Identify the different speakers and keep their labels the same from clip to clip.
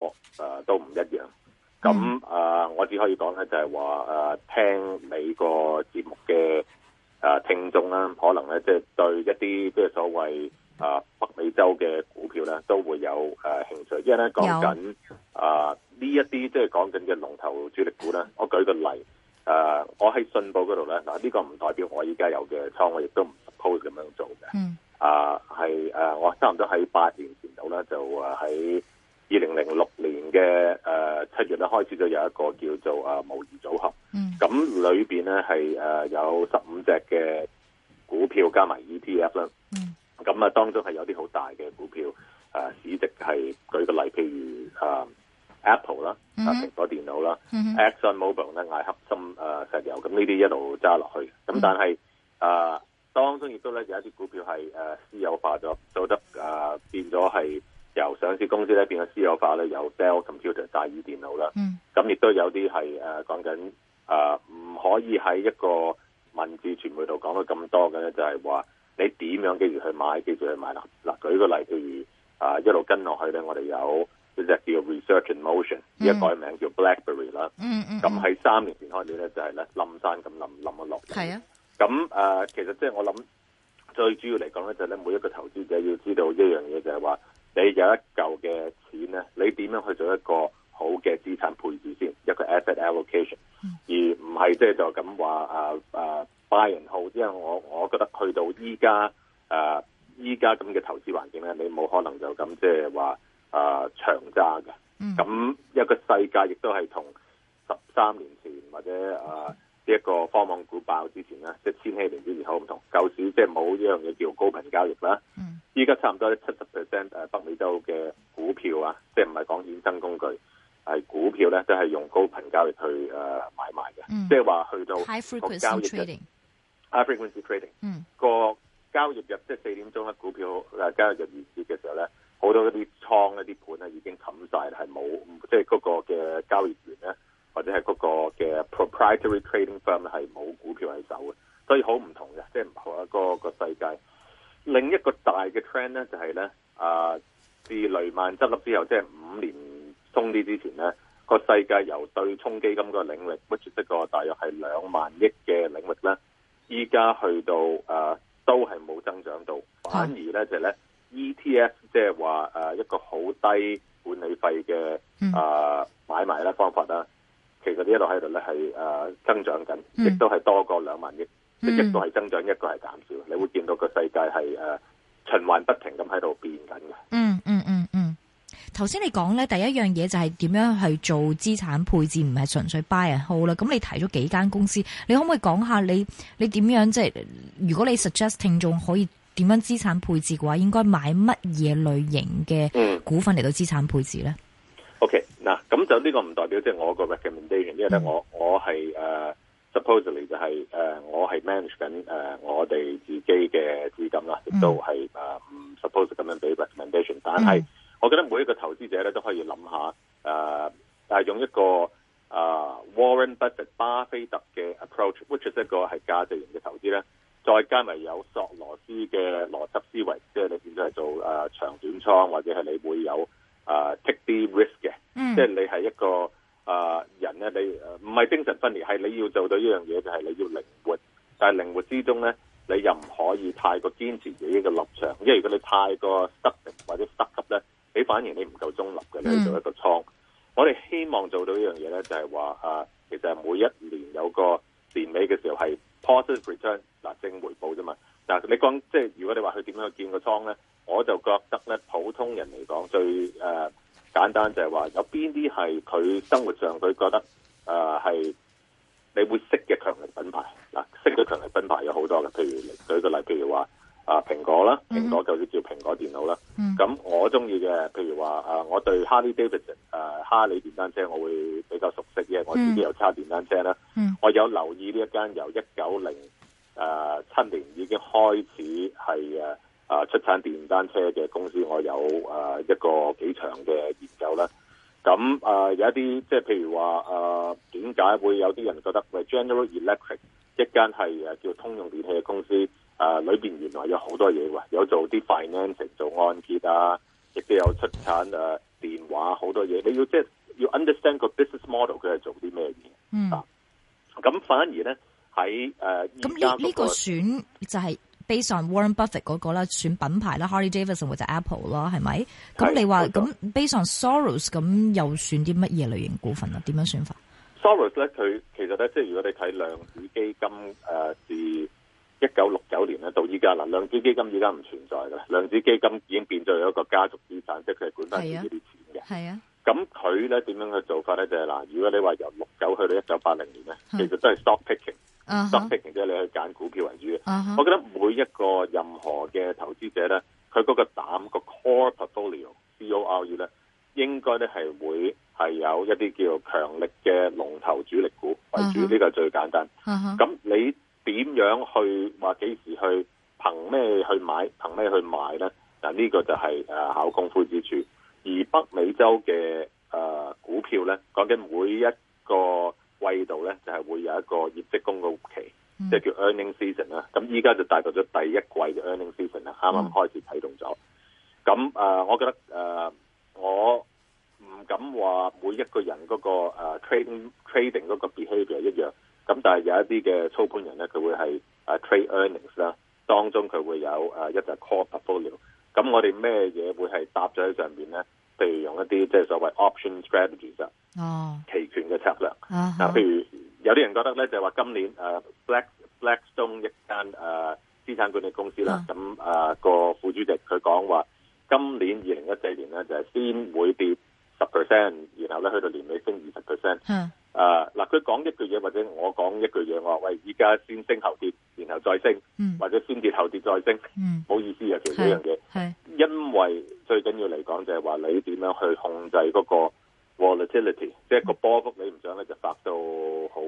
Speaker 1: 覺誒、呃都唔一樣。咁誒、呃我只可以講咧，就係話呃誒聽你個節目嘅誒、呃、聽眾啦，可能咧即係對一啲即係所謂誒、呃北美洲嘅股票咧，都會有誒、呃、興趣，因為咧講緊誒呢一啲即係講緊嘅龍頭主力股咧，我舉個例。誒、我喺信報嗰度咧，嗱、呢、個唔代表我依家有嘅倉，我亦都唔 suppose 咁樣做嘅。
Speaker 2: 嗯
Speaker 1: 啊，係誒、啊我差唔多喺八年前度咧，就誒喺二零零六年嘅誒七月咧開始就有一個叫做誒、啊、模擬組合，
Speaker 2: 嗯
Speaker 1: 咁裏邊咧係誒有十五隻嘅股票加埋 ETF 啦，
Speaker 2: 嗯
Speaker 1: 咁啊當中係有啲好大嘅股票誒、啊市值係舉個例，譬如誒、啊 Apple 啦，啊
Speaker 2: 嗯哼
Speaker 1: 蘋果電腦啦。
Speaker 2: 嗯哼
Speaker 1: Exxon Mobil 咧、艾克森誒、呃石油，咁呢啲一路揸落去。咁但係誒、呃當中亦都咧有一啲股票係誒、呃私有化咗，做得誒、呃、變咗係由上市公司咧變咗私有化咧，有 Dell Computer 大宇電腦啦。
Speaker 2: 嗯
Speaker 1: 咁亦都有啲係誒講緊誒呃唔可以喺一個文字傳媒度講到咁多嘅咧，就係話你點樣記住去買，記住去買啦。嗱，舉個例，譬如啊、一路跟落去咧，我哋有一隻叫 Research in Motion，而
Speaker 2: 嗯
Speaker 1: 家改名叫 BlackBerry 啦。
Speaker 2: 嗯嗯，
Speaker 1: 咁喺三年前開始咧，就係咧冧山咁冧冧咗落嚟。
Speaker 2: 系啊，
Speaker 1: 咁誒、呃其實即係我諗最主要嚟講咧，就係咧每一個投資者要知道一樣嘢，就係話你有一嚿嘅錢咧，你點樣去做一個好嘅資產配置先，一個 asset allocation，、
Speaker 2: 嗯
Speaker 1: 而唔係即係就咁話誒誒 buy and hold。因為我我覺得去到依家誒依家咁嘅投資環境咧，你冇可能就咁即係話誒長揸嘅。
Speaker 2: 嗯
Speaker 1: 咁一個世界亦都係同十三年前或者啊呢一個科網股爆之前咧，即係千禧年之前好唔同。舊時即係冇呢樣嘢叫高頻交易啦，
Speaker 2: 嗯
Speaker 1: 依家差唔多七十 percent 誒北美洲嘅股票啊，即係唔係講衍生工具，係股票咧都係用高頻交易去誒買賣嘅，
Speaker 2: 嗯
Speaker 1: 即係話去到
Speaker 2: ，high
Speaker 1: 個
Speaker 2: frequency
Speaker 1: 交易嘅
Speaker 2: trading，
Speaker 1: high frequency trading。
Speaker 2: 嗯
Speaker 1: 個交易日即係四點鐘咧，股票誒交易日完結嘅時候咧，好多嗰啲倉一啲盤咧已經冚晒，係冇即係嗰個嘅交易員咧，或者係嗰個嘅 proprietary trading firm 咧係冇股票喺手嘅，所以好唔同嘅，即係唔同一個個世界。另一個大嘅 trend 咧就係咧啊，自雷曼執笠之後，即係五年鬆啲之前咧。個世界由對沖基金個領域，which 一個大約係兩萬億嘅領域咧，依家去到誒、呃都係冇增長到，反而咧就係咧 ETF 即係話呃誒一個好低管理費嘅
Speaker 2: 嗯
Speaker 1: 誒買賣啦方法啦，其實呢一路喺度咧係誒增長緊，
Speaker 2: 嗯
Speaker 1: 亦都係多過兩萬億，即係
Speaker 2: 嗯
Speaker 1: 一個係增長，一個係減少，你會見到個世界係誒、呃循環不停咁喺度變緊嘅。
Speaker 2: 嗯嗯嗯嗯。頭先你講咧，第一樣嘢就係點樣去做資產配置，唔係純粹 buy and hold 啦。咁你提咗幾間公司，你可唔可以講下你你點樣即係？如果你 suggest 聽眾可以點樣資產配置嘅話，應該買乜嘢類型嘅
Speaker 1: 嗯。
Speaker 2: 股份嚟到資產配置咧？
Speaker 1: OK，嗱，咁就呢個唔代表即係我個 recommendation，因為咧
Speaker 2: 嗯
Speaker 1: 我我係誒、呃 supposedly 就係、誒、我係 manage 緊誒、呃我哋自己嘅資金啦，亦都係誒呃唔 suppose 咁樣俾 recommendation，但係
Speaker 2: 嗯
Speaker 1: 我覺得每一個投資者咧都可以諗下誒，呃但係用一個誒、呃 Warren Buffett 巴菲特嘅 approach，which is 一個係價值型嘅投資咧。再加埋有索羅斯嘅邏輯思維，即係你變咗係做誒、呃、長短倉，或者係你會有誒、呃 take 啲 risk 嘅，
Speaker 2: 嗯
Speaker 1: 即係你係一個誒、呃人咧，你呃唔係精神分裂，係你要做到一樣嘢，就係、你要靈活，但係靈活之中咧，你又唔可以太過堅持自己嘅立場，因為如果你太過塞定或者塞急咧，你反而你唔夠中立嘅，你去做一個倉。我哋希望做到一樣嘢咧，就係話啊，其實係每一年有個年尾嘅時候係 positive return 嗱正回報啫嘛。嗱，你講即係如果你話佢點樣去建個倉咧，我就覺得咧，普通人嚟講最誒、呃、簡單就係話有邊啲係佢生活上佢覺得誒係、你會識嘅強力品牌嗱，識嘅強力品牌有好多嘅，譬如舉個例，譬如話啊蘋果啦，蘋果舊時叫蘋果電腦啦。
Speaker 2: 嗯
Speaker 1: 咁我中意嘅，譬如話誒，我對 Harley Davidson 誒、哈利電單車，我會比較熟悉嘅。我自己有揸電單車啦，
Speaker 2: 嗯
Speaker 1: 我有留意呢一間由一九零誒七年已經開始係誒誒出產電單車嘅公司，我有誒、呃一個幾長嘅研究啦。咁誒、呃有一啲即係譬如話啊誒點解會有啲人覺得喂 General Electric 一間係誒叫通用電器嘅公司，誒裏邊原來有啊好多嘢喎，有做啲 financing 做按揭啊，亦都有出產誒、呃、電話話好多嘢，你要即係要 understand 個 business model 佢係做啲咩嘢。
Speaker 2: 嗯，
Speaker 1: 啊咁反而咧喺誒呃
Speaker 2: 咁
Speaker 1: 而家
Speaker 2: 呢呢
Speaker 1: 嗯個
Speaker 2: 個選就係 based on Warren Buffett 嗰個啦，選品牌啦，Harley Davidson 或者 Apple 啦，係咪？咁
Speaker 1: 係
Speaker 2: 你話
Speaker 1: 冇錯
Speaker 2: 咁 based on Soros 咁又選啲乜嘢類型股份啊？點樣選法？
Speaker 1: Soros 咧，佢其實咧，即係如果你睇量子基金誒、呃自一九六九年咧到依家啦，量子基金依家唔存在㗎啦，量子基金已經變咗一個家族資產，即係佢係管翻自己啲錢嘅。
Speaker 2: 係啊，
Speaker 1: 咁佢咧點樣去做法咧？就係、嗱，如果你話由六九去到一九八零年咧，
Speaker 2: 嗯
Speaker 1: 其實都係 stock picking，stock
Speaker 2: 啊哈
Speaker 1: picking 即係你去揀股票為主嘅。
Speaker 2: 啊哈
Speaker 1: 我覺得每一個任何嘅投資者咧，佢嗰個膽個 core portfolio C O R E 咧，應該咧係會係有一啲叫強力嘅龍頭主力股為主，
Speaker 2: 嗯哼
Speaker 1: 呢個係最簡單。
Speaker 2: 啊哈
Speaker 1: 咁你點樣去話幾時去憑咩去買，憑咩去賣咧？嗱，呢個就係誒考功夫之處。而北美洲嘅誒股票咧，講緊每一個季度咧，就係會有一個業績公告期。
Speaker 2: 嗯
Speaker 1: 即係叫 earning season 啦。咁依家就大概咗第一季嘅 earning season 啦，啱啱開始啟動咗。咁誒、呃我覺得誒、呃我唔敢話每一個人嗰、個、呃 trading trading 嗰個 behavior 一樣。咁但係有一啲嘅操盤人咧，佢會係誒 trade earnings 啦，當中佢會有呃誒一隻 core portfolio。咁我哋咩嘢會係搭咗喺上面咧？譬如用一啲即係所謂 option strategies 啊，
Speaker 2: 哦
Speaker 1: 期權嘅策略。
Speaker 2: 啊哈
Speaker 1: 嗱，譬如有啲人覺得咧，就係話今年誒、呃 Black Blackstone 一間誒、呃、資產管理公司啦，咁誒個副主席佢講話，今年二零一四年咧就係、先會跌十 percent，然後咧去到年尾升二十 percent。
Speaker 2: 嗯
Speaker 1: 誒嗱，佢講一句嘢或者我講一句嘢，我話喂，依家先升後跌，然後再升，
Speaker 2: 嗯
Speaker 1: 或者先跌後跌再升，
Speaker 2: 嗯
Speaker 1: 冇意思嘅其實
Speaker 2: 係
Speaker 1: 呢樣嘢。
Speaker 2: 係
Speaker 1: 因為最緊要嚟講就係話你點樣去控制嗰個 volatility，即係個波幅你唔想咧就發到好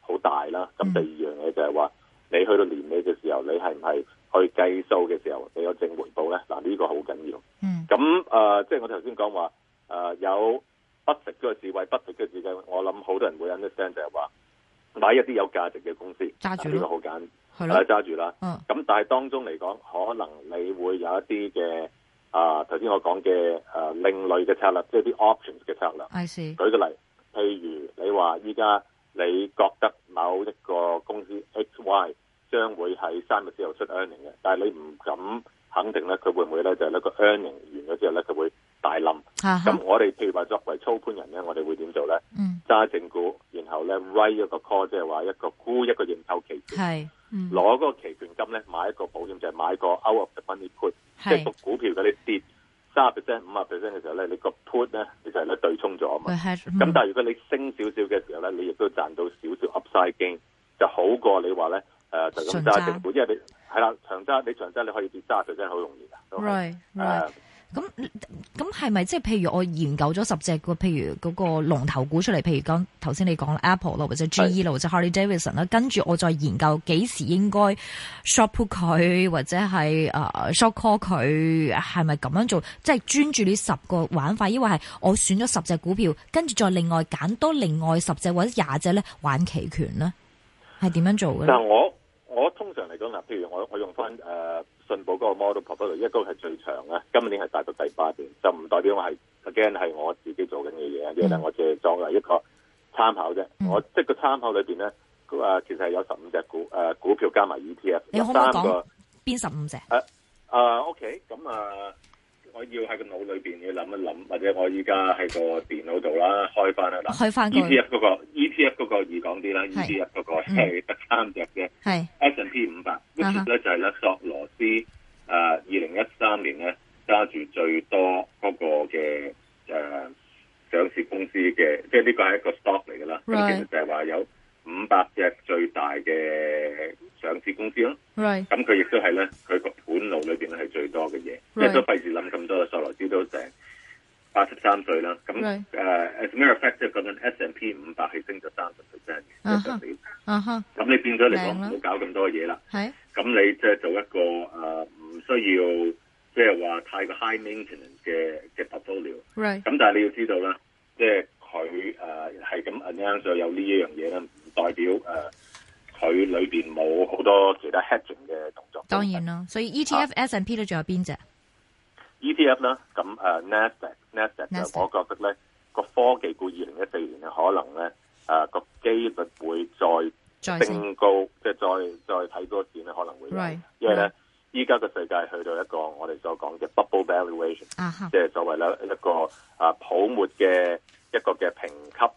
Speaker 1: 好大啦。咁
Speaker 2: 嗯
Speaker 1: 第二樣嘢就係話你去到年尾嘅時候，你係唔係去計數嘅時候你有正回報咧？嗱，呢個好緊要。
Speaker 2: 嗯
Speaker 1: 咁誒、呃即係我頭先講話誒有不食嗰個智慧，不食嘅智慧，我諗好多人會 understand 就係話買一啲有價值嘅公司，
Speaker 2: 揸住
Speaker 1: 嗱呢個
Speaker 2: 咯
Speaker 1: 好簡單，
Speaker 2: 係咯
Speaker 1: 揸住啦。
Speaker 2: 嗯
Speaker 1: 咁但係當中嚟講，可能你會有一啲嘅啊，頭先我講嘅誒另類嘅策略，即係啲 options 嘅策略。
Speaker 2: I see
Speaker 1: 舉個例，譬如你話依家你覺得某一個公司 X、Y 將會喺三日之後出 earning 嘅，但係你唔敢肯定咧，佢會唔會咧就係呢個 earning 完咗之後咧，佢會大冧。
Speaker 2: 啊哈
Speaker 1: 咁我哋譬如話作為操盤人咧，我哋會點做咧？
Speaker 2: 嗯
Speaker 1: 揸正股，然後咧 write 一個 call，即係話一個沽一個認購期權。
Speaker 2: 係嗯
Speaker 1: 攞嗰個期權金咧買一個保險，就係、買個 out of the money put，即係個
Speaker 2: 係
Speaker 1: 股票嗰啲跌三十 percent、五十 percent 嘅時候咧，你個 put 咧其實係咧對沖咗啊嘛
Speaker 2: 佢。係
Speaker 1: 咁但係如果你升少少嘅時候咧，你亦都賺到少少 upside gain，就好過你話咧誒就咁
Speaker 2: 長
Speaker 1: 揸
Speaker 2: 揸
Speaker 1: 政府，因為你係啦長揸，你長揸你可以跌三十 percent 好容易㗎。都係呃
Speaker 2: right
Speaker 1: 誒
Speaker 2: right 咁咁係咪即係譬如我研究咗十隻個，譬如嗰個龍頭股出嚟，譬如講頭先你講啦 Apple 啦，或者 GE 啦，或者 Harley Davidson 啦，跟住我再研究幾時應該 short put 佢，或者係誒 short call 佢，係咪咁樣做？即係專注呢十個玩法，抑或係我選咗十隻股票，跟住再另外揀多另外十隻或者廿隻咧玩期權呢？係點樣做嘅
Speaker 1: 嗱、
Speaker 2: 咧？
Speaker 1: 我我通常嚟講嗱，譬如我我用翻誒、呃信報嗰個 model portfolio，一個係最長嘅，今年係達到第八年，就唔代表我係 again 係我自己做緊嘅嘢，因為
Speaker 2: 嗯
Speaker 1: 我只係作為一個參考啫。
Speaker 2: 嗯
Speaker 1: 我即係個參考裏邊咧，佢話其實係有十五隻股誒、呃股票加埋 ETF，
Speaker 2: 你
Speaker 1: 有
Speaker 2: 可唔可以
Speaker 1: 三
Speaker 2: 講
Speaker 1: 個
Speaker 2: 邊十五隻？
Speaker 1: 啊 OK，咁啊。我要喺個腦裏邊要諗一諗，或者我依家喺個電腦度啦，開翻啦嗱。
Speaker 2: 開翻佢
Speaker 1: ETF 嗰、個 ETF 嗰個易講啲啦，ETF 嗰個
Speaker 2: 嗯
Speaker 1: 係得三隻啫。
Speaker 2: 係
Speaker 1: S&P 五百
Speaker 2: 啊
Speaker 1: ，which
Speaker 2: 哈
Speaker 1: is 咧就係咧索羅斯誒二零一三年咧揸住最多嗰個嘅誒、呃上市公司嘅，即係呢個係一個 stock 嚟㗎啦。咁
Speaker 2: Right
Speaker 1: 其實就係話有五百隻最大嘅上市公司咯。
Speaker 2: right
Speaker 1: 咁佢亦都係咧，佢個盤路裏邊咧係最多嘅嘢，即
Speaker 2: Right
Speaker 1: 係都費事諗咁多啦。索羅斯都成八十三歲啦，咁誒
Speaker 2: Right
Speaker 1: as a matter of fact，即係講緊 S&P 五百係升咗三十 percent 嘅，即係
Speaker 2: 啊哈
Speaker 1: 上年
Speaker 2: 啊哈
Speaker 1: 咁你變咗嚟講
Speaker 2: 明
Speaker 1: 唔
Speaker 2: 啦
Speaker 1: 好搞咁多嘢啦。
Speaker 2: 係
Speaker 1: 咁你即係做一個誒唔、需要即係話太過 high maintenance 嘅嘅 portfolio。
Speaker 2: right
Speaker 1: 咁但係你要知道啦，即係佢誒呃係咁 announce 咗有呢一樣嘢啦，唔代表誒佢裏邊冇好多其他 hedging 嘅動作。
Speaker 2: E 當然啦，所以 ETF S and P 咧，仲有邊只？
Speaker 1: ETF E 啦，咁誒 Nasdaq Nasdaq 就
Speaker 2: Nasdaq
Speaker 1: 我覺得咧個科技股二零一四年嘅可能咧誒個機率會再
Speaker 2: 再升
Speaker 1: 升高，即係再再睇嗰個線咧可能會有
Speaker 2: Right，
Speaker 1: 因為咧依家個世界去到一個我哋所講嘅 bubble valuation，
Speaker 2: 啊哈
Speaker 1: 即，係所謂咧一個啊泡沫嘅一個嘅評級，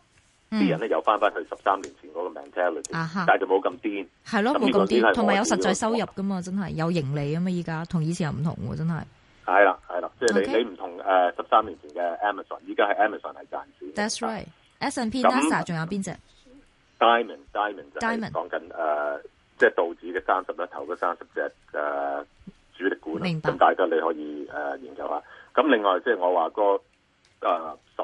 Speaker 1: 啲人
Speaker 2: 嗯，
Speaker 1: 咧又翻翻去十三年前嗰個 mentality，
Speaker 2: 啊哈
Speaker 1: 但係就冇咁癲。
Speaker 2: 係咯，
Speaker 1: 咁
Speaker 2: 冇
Speaker 1: 呢個
Speaker 2: 咁
Speaker 1: 呢個係
Speaker 2: 啲，
Speaker 1: 我
Speaker 2: 同埋有
Speaker 1: 自己
Speaker 2: 實在
Speaker 1: 嘅
Speaker 2: 收入噶嘛，真係有盈利啊嘛，依家同以前又唔同喎，真係。
Speaker 1: 係啦，係啦，即係
Speaker 2: OK
Speaker 1: 你你唔同誒十三年前嘅 Amazon，依家係 Amazon 係賺錢嘅。
Speaker 2: That's right。S and P、
Speaker 1: 啊咁
Speaker 2: NASA 仲有邊只？
Speaker 1: Diamond Diamond 就係
Speaker 2: Diamond
Speaker 1: 講緊誒，即係道指嘅三十啦，頭嗰三十隻誒主力股啦。
Speaker 2: 明白
Speaker 1: 咁大家你可以誒、呃研究下。咁另外即係我話個誒十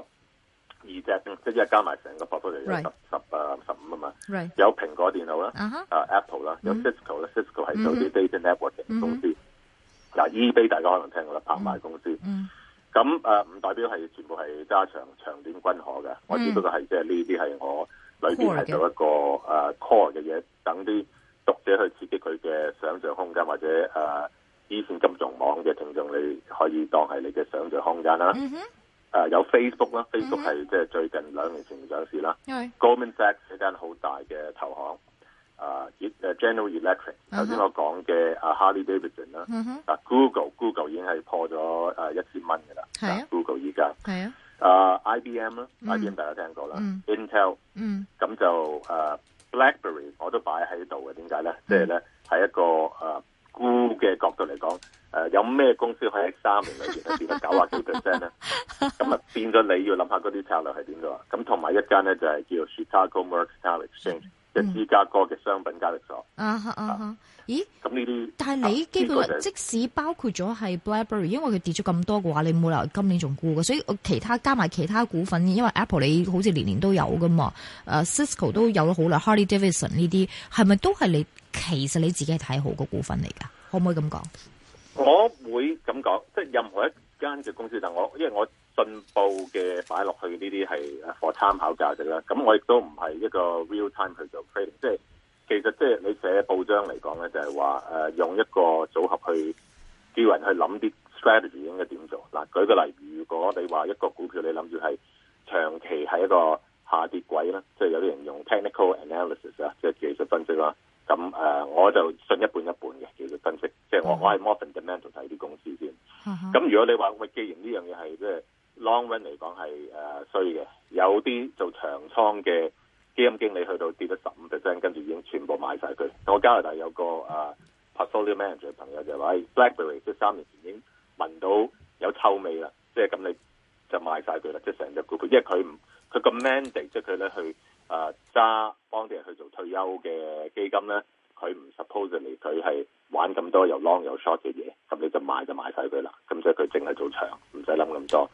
Speaker 1: 二隻，即係一加埋成個 portfolio 有
Speaker 2: Right
Speaker 1: 十十誒十五啊嘛，
Speaker 2: Right
Speaker 1: 有蘋果電腦啦，
Speaker 2: 啊哈，
Speaker 1: 啊 Apple 啦，有
Speaker 2: 嗯
Speaker 1: Cisco 啦，Cisco 係做
Speaker 2: 嗯
Speaker 1: 啲 data networking 公司。嗱，eBay 大家可能聽過啦，拍賣公司。
Speaker 2: 嗯
Speaker 1: 咁誒，呃唔代表係全部係揸長長短均可嘅，我只不過係即係呢啲係我裏邊
Speaker 2: 嗯 Core 嘅
Speaker 1: 係做一個誒 core 嘅嘢，等啲讀者去刺激佢嘅想像空間，或者呃誒依線金融網嘅聽眾，你可以當係你嘅想像空間啦。誒、呃
Speaker 2: 嗯哼，
Speaker 1: 有 Facebook 啦，Facebook
Speaker 2: 嗯
Speaker 1: 係即係最近兩年前上市啦
Speaker 2: 因為
Speaker 1: ，Goldman Sachs 係間好大嘅投行，啊、呃 General Electric 頭先我講嘅啊 Harley Davidson 啦。
Speaker 2: 嗯哼，
Speaker 1: 啊，Google Google 已經係破咗誒一千蚊嘅啦。
Speaker 2: 係啊
Speaker 1: Google 依家
Speaker 2: 係啊，
Speaker 1: 啊 IBM 啦
Speaker 2: 嗯
Speaker 1: ，IBM 大家聽過啦
Speaker 2: 嗯
Speaker 1: ，Intel
Speaker 2: 嗯
Speaker 1: 咁就誒 BlackBerry 我都擺喺度嘅，點解咧？
Speaker 2: 嗯
Speaker 1: 即係咧喺一個誒估嘅角度嚟講，誒有咩公司 可以喺三年裏邊咧變咗九啊幾 percent 咧？咁啊變咗你要諗下嗰啲策略係點嘅喎。咁同埋一間咧就係叫做 Chicago Mercantile Exchange，即
Speaker 2: 嗯
Speaker 1: 係芝加哥嘅商品交易所。
Speaker 2: 啊哈啊哈，咦？
Speaker 1: 咁呢啲
Speaker 2: 但係你
Speaker 1: 啊
Speaker 2: 基
Speaker 1: 呢
Speaker 2: 本
Speaker 1: 個
Speaker 2: 上
Speaker 1: 就係
Speaker 2: 即使包括咗係 BlackBerry，因為佢跌咗咁多嘅話，你冇理由今年仲沽嘅，所以我其他加埋其他股份，因為 Apple 你好似年年都有噶嘛，誒、Cisco 都有咗好耐，Harley Davidson 呢啲係咪都係你其實你自己係睇好個股份嚟㗎？可唔可以咁講？
Speaker 1: 我會咁講，即係任何一間嘅公司，但我因為我進步嘅擺落去呢啲係誒 for 參考價值啦。咁我亦都唔係一個 real time 去做 trading，即係其實即係你寫報章嚟講咧，就係話誒用一個組合去叫人去諗啲 strategy 應該點做。嗱，舉個例，如果你話一個股票你諗住係長期係一個下跌軌啦，即係有啲人用 technical analysis 啊，即係技術分析啦。咁誒、呃我就信一半一半嘅技術分析，即係我我係 more fundamental 睇啲公司先。
Speaker 2: 嗯
Speaker 1: 咁如果你話喂，既然呢樣嘢係即係 long run 嚟講係誒衰嘅，有啲做長倉嘅基金經理去到跌咗十五 percent，跟住已經全部買晒佢。我加拿大有個誒、呃 portfolio manager 朋友就話、哎、BlackBerry 即係三年前已經聞到有臭味啦，即係咁你就賣晒佢啦，即係成隻股票，因為佢唔佢個 mandate 即係佢咧去誒揸幫啲人去做退休嘅基金咧。佢唔 supposedly 佢係玩咁多又 long 又 short 嘅嘢，咁你就賣就賣晒佢啦。咁所以佢淨係做長，唔使諗咁多。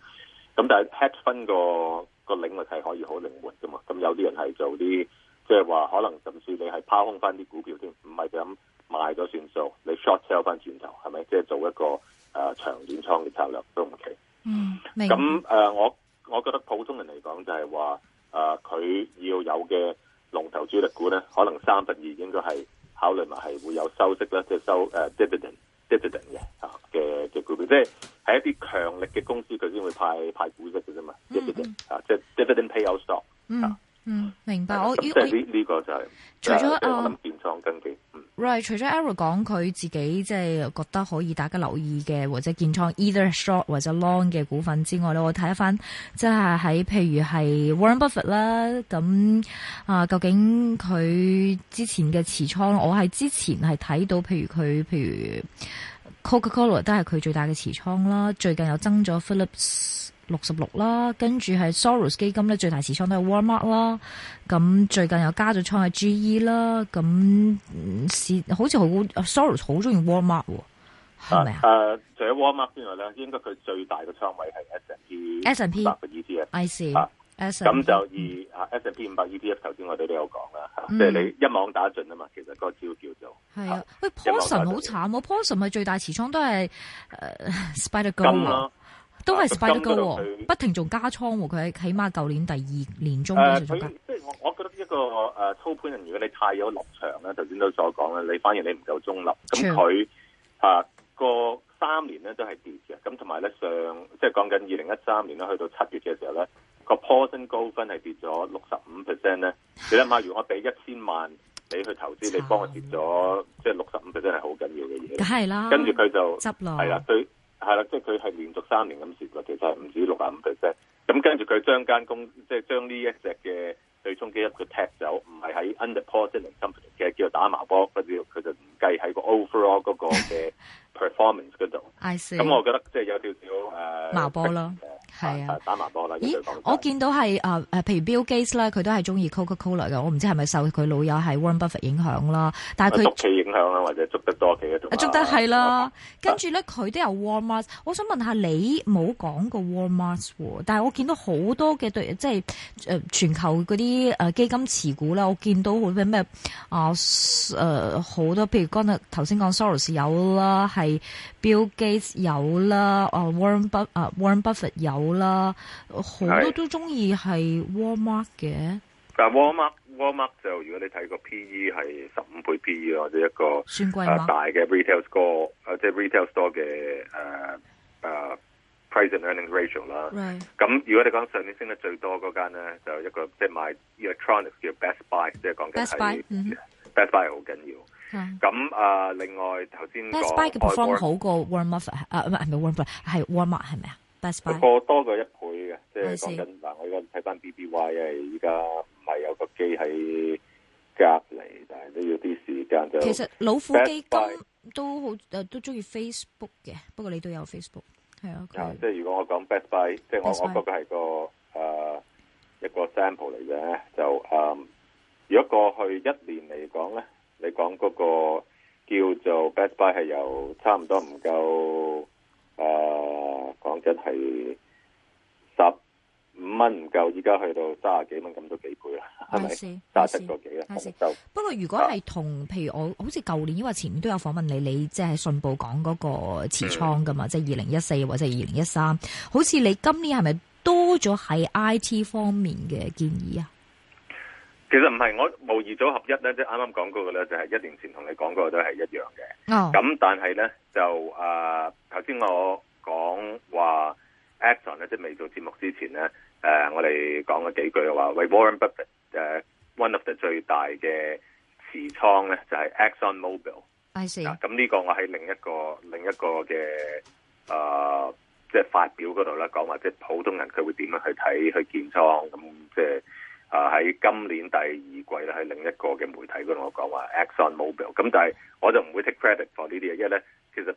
Speaker 1: 咁但係 hedge fund 個個領域係可以好靈活噶嘛。咁有啲人係做啲即係話可能甚至你係拋空翻啲股票添，唔係就咁賣咗算數，你 short sell 翻轉頭係咪？即係做一個誒、呃、長短倉嘅策略都唔奇。
Speaker 2: 嗯，明白。
Speaker 1: 咁誒、呃我我覺得普通人嚟講就係話誒，佢、要有嘅龍頭主力股咧，可能三分二應該係考慮埋係會有收息啦，即係收誒、呃 dividend dividend 嘅嚇嘅嘅股票，即係係一啲強力嘅公司佢先會派派股息嘅啫嘛
Speaker 2: 嗯
Speaker 1: ，dividend
Speaker 2: 嗯
Speaker 1: 啊，即係 dividend payout stock。
Speaker 2: 嗯嗯，明白。我
Speaker 1: 咁
Speaker 2: 我
Speaker 1: 即係呢呢個就係
Speaker 2: 除咗
Speaker 1: 呃即係我
Speaker 2: 啊
Speaker 1: 諗建倉根基，嗯。
Speaker 2: Right，除咗 Arrow 講佢自己即係覺得可以大家留意嘅，或者建倉 either short 或者 long 嘅股份之外咧，我睇翻即係喺譬如係 Warren Buffett 啦，咁啊究竟佢之前嘅持倉，我係之前係睇到譬如佢譬如 Coca-Cola 都係佢最大嘅持倉啦，最近又增咗 Philips 六十六啦，跟住係 Soros 基金咧最大持倉都係 Walmart 啦。咁最近又加咗倉喺 GE 啦，咁嗯是好似好 Soros 好中意 Walmart 喎，係咪
Speaker 1: 誒，
Speaker 2: 啊
Speaker 1: 呃除咗 Walmart 之外咧，應該佢最大嘅倉位係 S&P
Speaker 2: S&P
Speaker 1: 百嘅 ETF。
Speaker 2: ？I see，
Speaker 1: 啊
Speaker 2: S
Speaker 1: 咁就而啊 S&P 五百 ETF 頭先我哋都有講啦，嚇
Speaker 2: 嗯
Speaker 1: 即係你一網打盡啊嘛，其實嗰個招叫做
Speaker 2: 係啊，喂
Speaker 1: 一網打
Speaker 2: Paulson
Speaker 1: 盡
Speaker 2: 好慘喎，Paulson 佢最大持倉都係誒 Spider Go
Speaker 1: 金
Speaker 2: 喎
Speaker 1: 咯。，
Speaker 2: 都係
Speaker 1: 咁
Speaker 2: Spider
Speaker 1: 金嗰度
Speaker 2: Go 喎，
Speaker 1: 佢
Speaker 2: 不停仲加倉喎，佢喺起碼舊年第二年中嗰
Speaker 1: 誒
Speaker 2: 時仲加
Speaker 1: 佢，呃即係我我覺得一個誒操盤人，如果你太有立場咧，頭先都所講啦，你反而你唔夠中立，咁
Speaker 2: True
Speaker 1: 佢啊個三年咧都係跌嘅，咁同埋咧上即係講緊二零一三年咧，去到七月嘅時候咧，個 Paulson 高分係跌咗六十五 percent 咧。你諗下，如果我俾一千萬你去投資，你幫我跌咗即係六十五 percent 係好緊要嘅
Speaker 2: 梗
Speaker 1: 嘢。
Speaker 2: 係啦，
Speaker 1: 跟住佢就
Speaker 2: 執咯，
Speaker 1: 係啦，對係啦，即係佢係連續三年咁蝕嘅，其實係唔止六十五 percent。咁跟住佢將間公即係將呢一隻嘅對沖基金佢踢走，唔係喺 under portion company 嘅叫做打麻波嗰啲，佢就唔計喺個 overall 嗰個 嘅 performance 嗰度。
Speaker 2: I see，
Speaker 1: 咁我覺得即係有少少誒
Speaker 2: 麻波咯， 係啊。，
Speaker 1: 打麻波啦。應
Speaker 2: 咦
Speaker 1: 該講，
Speaker 2: 我見到係啊誒，譬如 Bill Gates 啦，佢都係中意 Coca-Cola 嘅，我唔知係咪受佢老友係 Warren Buffett 影響啦，但係
Speaker 1: 啊捉
Speaker 2: 啊佢
Speaker 1: 棋影響啦，或者捉得多棋嘅仲
Speaker 2: 啊捉得係啦，哦跟住咧佢都有 Walmart，我想問下你冇講過 Walmart 喎，但係我見到好多嘅對即係誒全球嗰啲誒基金持股啦，我見到好咩咩啊誒好多，譬如剛才頭先講 Soros 有啦，係 Bill Gates 有啦，啊 Warren Buff 啊 Warren Buffett 有啦，好多
Speaker 1: 係
Speaker 2: 都中意係 Walmart 嘅，
Speaker 1: 但 Walmart Walmart 就如果你睇個 PE 係十五倍 PE 或者一個。
Speaker 2: 算貴
Speaker 1: 啊
Speaker 2: 嗎？
Speaker 1: 大嘅 retail store，啊即係 retail store 嘅誒誒 price and earning ratio 啦。
Speaker 2: Right，
Speaker 1: 咁如果你講上年升得最多嗰間咧，就一個即係賣 electronics 叫 Best Buy，即係講緊
Speaker 2: Best Buy，
Speaker 1: 係
Speaker 2: 嗯
Speaker 1: Best Buy 好緊要。
Speaker 2: 嗯
Speaker 1: 咁啊，另外頭先
Speaker 2: Best Buy 嘅 perform
Speaker 1: 講
Speaker 2: 好過 Warren Buffett 啊，唔係唔係 Warren Buffett 係 Walmart 係咪啊？Best
Speaker 1: 外
Speaker 2: Buy
Speaker 1: 個多過一倍嘅，即係
Speaker 2: I see
Speaker 1: 講緊嗱，我而家睇翻 BBY，因為依家唔係有個機喺隔離，但係都要啲時間就
Speaker 2: 其實老虎
Speaker 1: 呃 Best
Speaker 2: 基金都好誒，都中意 Facebook 嘅，不過你都有 Facebook 係啊，
Speaker 1: 啊
Speaker 2: 佢，
Speaker 1: 即係如果我講 Best Buy，即係我
Speaker 2: Best
Speaker 1: 我
Speaker 2: Buy
Speaker 1: 覺得係個誒、呃一個 sample 嚟嘅，就誒、嗯如果過去一年嚟講咧，你講嗰個叫做 Best Buy 係由差唔多唔夠誒講真係十五蚊唔夠，依家去到三十幾蚊，咁都幾倍啦，係
Speaker 2: I
Speaker 1: 咪？
Speaker 2: see I
Speaker 1: 三十七
Speaker 2: see
Speaker 1: 個幾啦，
Speaker 2: I see
Speaker 1: 就
Speaker 2: 不過如果
Speaker 1: 啊
Speaker 2: 係同譬如我好似舊年因為前面都有訪問你，你即係信報講嗰個持倉噶
Speaker 1: 嗯
Speaker 2: 嘛，即係二零一四或者二零一三，好似你今年係咪多咗喺 I T 方面嘅建議啊？
Speaker 1: 其實唔係我模擬組合一咧，即係啱啱講過嘅咧，就係、一年前同你講過都係一樣嘅。
Speaker 2: 哦，
Speaker 1: 咁但係咧就啊，頭先我講話 Exxon 咧，即係未做節目之前咧，誒、我哋講咗幾句話，喂 Warren Buffett 誒、one of the 最大嘅持倉咧就係、Exxon Mobil。
Speaker 2: I see
Speaker 1: 嗱，啊咁呢個我喺另一個另一個嘅誒、呃即係發表嗰度咧講話，即係普通人佢會點樣去睇去建倉咁，即係啊喺今年第二季咧，喺另一個嘅媒體嗰度我講話 Exxon Mobil，咁但係我就唔會 take credit for 呢啲嘢，因為咧其實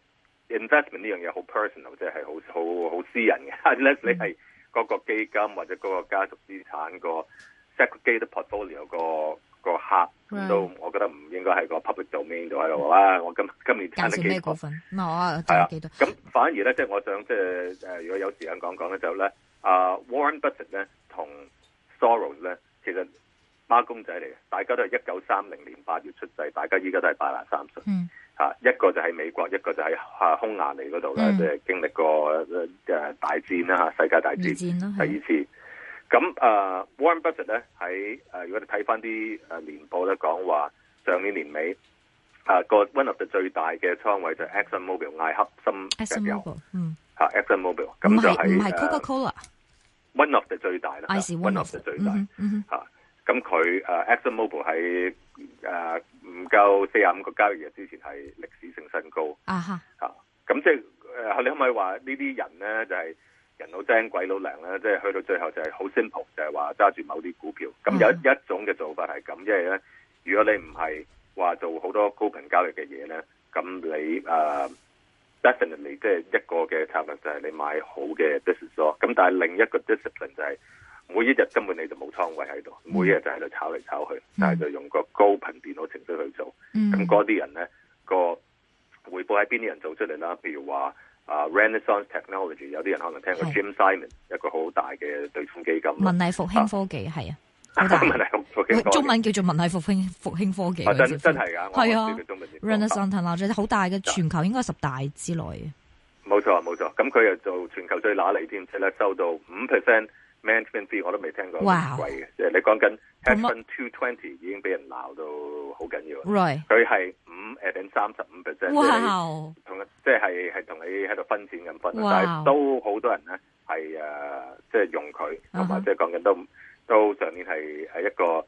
Speaker 1: investment 呢樣嘢好 personal，即係好好好私人嘅 unless 你係嗰個基金或者嗰個家族資產個 segregated portfolio 個個客。咁都，我覺得唔應該喺個 public domain 度喺度啦。我今今年
Speaker 2: 介
Speaker 1: 賺得
Speaker 2: 紹咩
Speaker 1: 幾
Speaker 2: 股
Speaker 1: 多？
Speaker 2: 份？唔係我啊，
Speaker 1: 係啊
Speaker 2: 幾多？
Speaker 1: 咁反而咧，即係我想即係誒，如果有時間講講咧，就咧啊，Warren Buffett 咧同 Soros 咧，其實孖公仔嚟嘅，大家都係一九三零年八月出世，大家依家都係八廿三歲
Speaker 2: 嗯
Speaker 1: 嚇。啊一個就喺美國，一個就喺啊匈牙利嗰度啦，
Speaker 2: 嗯
Speaker 1: 即係經歷過誒誒大戰啦嚇，世界大
Speaker 2: 二
Speaker 1: 戰。
Speaker 2: 戰咯，
Speaker 1: 第二
Speaker 2: 係
Speaker 1: 次。咁誒、w a r r e n Buffett 咧喺誒，如果你睇翻啲誒年報咧，講話上年年尾誒個 one of the 最大嘅倉位就係 Exxon Mobil 艾克森
Speaker 2: Exxon
Speaker 1: 石油
Speaker 2: Mobil，嗯。
Speaker 1: 嚇 Exxon Mobil，
Speaker 2: 唔
Speaker 1: 咁就
Speaker 2: 係唔
Speaker 1: 喺
Speaker 2: 係
Speaker 1: 誒
Speaker 2: Coca-Cola，I
Speaker 1: one of the 最大啦
Speaker 2: see
Speaker 1: ，one of
Speaker 2: one of
Speaker 1: the
Speaker 2: the
Speaker 1: 最大
Speaker 2: 嗯嗯
Speaker 1: 嚇。咁佢誒 Exxon Mobil 喺誒唔夠四十五個交易日之前係歷史性新高。
Speaker 2: 啊哈，
Speaker 1: 啊，咁即係誒，你可唔可以話呢啲人咧就係、人老精鬼老靈咧？即係去到最後就係好 simple，就係話揸住某啲股票。咁有一
Speaker 2: 嗯
Speaker 1: 一種嘅做法係咁，因為咧，如果你唔係話做好多高頻交易嘅嘢咧，咁你誒、呃 definitely 即係一個嘅策略就係你買好嘅 business 咯。咁但係另一個 discipline 就係、每一日根本你就冇倉位喺度，每一日就喺度炒嚟炒去，但係就用個高頻電腦程式去做。
Speaker 2: 嗯，
Speaker 1: 咁嗰啲人咧個回報喺邊啲人做出嚟啦？譬如話啊，Renaissance Technology 有啲人可能聽過
Speaker 2: 係
Speaker 1: Jim Simon 一個好大嘅對沖基金啦，
Speaker 2: 文藝復興科技係啊，好大
Speaker 1: 問題好好勁多嘅
Speaker 2: 中文叫做文藝復興復興科技
Speaker 1: 啊
Speaker 2: 嗰
Speaker 1: 真
Speaker 2: 隻
Speaker 1: 真係啊㗎，我
Speaker 2: 係啊
Speaker 1: 我知佢中文點講
Speaker 2: Renaissance Technology 好大嘅，全球應該十大之內啊嘅，
Speaker 1: 啊冇錯冇錯，咁佢又做全球最乸嚟添，即係咧收到五 percent management fee，我都未聽過咁
Speaker 2: 哇
Speaker 1: 貴嘅，即係你講緊 h e a d
Speaker 2: 咁
Speaker 1: f
Speaker 2: 啊
Speaker 1: u n d Two Twenty 已經俾人鬧到好緊要啊。
Speaker 2: right，
Speaker 1: 佢係五 at 三十五 percent，即係
Speaker 2: 哇，
Speaker 1: 同即係係同你喺度分錢咁分
Speaker 2: 哇
Speaker 1: 啊，但係都好多人咧係誒即係用佢，同
Speaker 2: 啊哈
Speaker 1: 埋即係講緊都都上年係呃係一個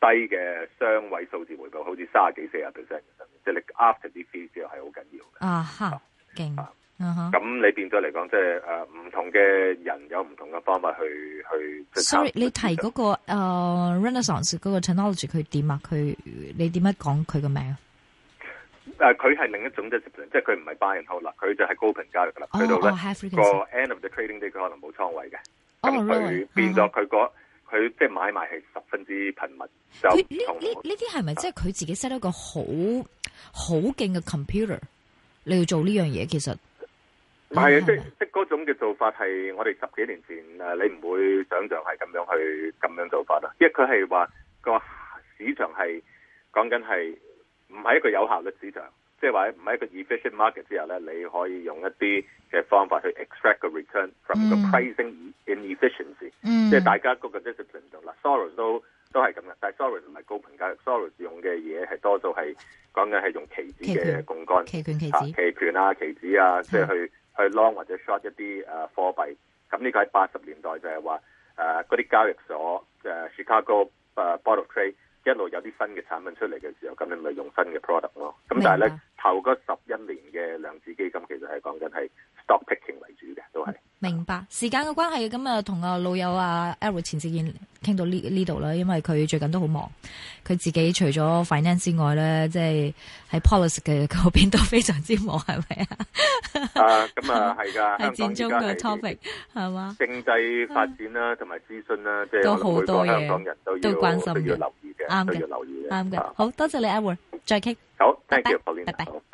Speaker 1: 低嘅雙位數字回報，好似三十幾四十 percent 嘅，即係你 after 啲 fee 之後係好緊要嘅。
Speaker 2: 啊哈，勁，
Speaker 1: 啊
Speaker 2: 啊哈。
Speaker 1: 咁你變咗嚟講，即係誒唔同嘅人有唔同嘅方法去去。去
Speaker 2: sorry，
Speaker 1: 參與
Speaker 2: 你提嗰、個誒 Renaissance 嗰個 technology 佢點啊？佢你點樣講佢個名啊？
Speaker 1: 誒，呃佢係另一種 discipline，即係佢唔係 buy and hold 啦，佢就係高評價㗎啦。
Speaker 2: 哦
Speaker 1: 去到
Speaker 2: 哦
Speaker 1: 咧
Speaker 2: high frequency
Speaker 1: 個 end of the trading day 佢可能冇倉位嘅，
Speaker 2: 哦
Speaker 1: 咁佢
Speaker 2: really？
Speaker 1: 變咗
Speaker 2: 啊
Speaker 1: 佢個佢即係買賣係十分之頻密，就
Speaker 2: 佢
Speaker 1: 唔
Speaker 2: 呢
Speaker 1: 同
Speaker 2: 呢呢啲係咪即係佢自己 set 一個好好勁嘅 computer？你要做呢樣嘢，其實
Speaker 1: 唔係
Speaker 2: 係
Speaker 1: 啊，即即嗰種嘅做法係我哋十幾年前誒，你唔會想象係咁樣去咁樣做法啦，因為佢係話個市場係講緊係唔係一個有效率市場，即係話唔係一個 efficient market 之下咧，你可以用一啲嘅方法去 extract 個 return from 個
Speaker 2: 嗯
Speaker 1: pricing inefficiency。
Speaker 2: 嗯
Speaker 1: 即係大家嗰個 discipline 度啦。Soros 都都係咁嘅，但係 Soros 唔係高評價，Soros 用嘅嘢係多數係講緊係用期指
Speaker 2: 期權
Speaker 1: 嘅槓桿，
Speaker 2: 期權期
Speaker 1: 啊
Speaker 2: 指
Speaker 1: 期權啊、期指啊，即係
Speaker 2: 係
Speaker 1: 去去 long 或者 short 一啲誒呃貨幣。咁呢個喺八十年代就係話誒嗰啲交易所誒、呃 Chicago 誒 Board of Trade 一路有啲新嘅產品出嚟嘅時候，咁你咪用新嘅 product 咯。咁
Speaker 2: 明白
Speaker 1: 但係咧頭嗰十一年嘅量子基金其實係講緊係 stock picking 為主嘅，都 係。
Speaker 2: 明白時間嘅關係，咁啊同啊老友啊 Eric 錢志健傾到呢呢度啦，因為佢最近都好忙，佢自己除咗 finance 之外咧，即係喺 policy 嘅嗰邊都非常之忙，係咪啊？
Speaker 1: 啊，咁啊係㗎，
Speaker 2: 係佔
Speaker 1: 香
Speaker 2: 中
Speaker 1: 港
Speaker 2: 嘅
Speaker 1: 而家係
Speaker 2: topic 係嘛？
Speaker 1: 政制發展啦，同埋諮詢啦，即係
Speaker 2: 嗯都
Speaker 1: 我諗每
Speaker 2: 好多
Speaker 1: 個
Speaker 2: 嘢
Speaker 1: 香港人都要
Speaker 2: 都關心嘅
Speaker 1: 都要留意嘅，
Speaker 2: 啱嘅
Speaker 1: 都要留意嘅，
Speaker 2: 啱嘅
Speaker 1: 啊，
Speaker 2: 好多謝你 Edward，再傾。
Speaker 1: 好
Speaker 2: 拜拜
Speaker 1: ，thank you，Pauline，
Speaker 2: 拜拜
Speaker 1: 好。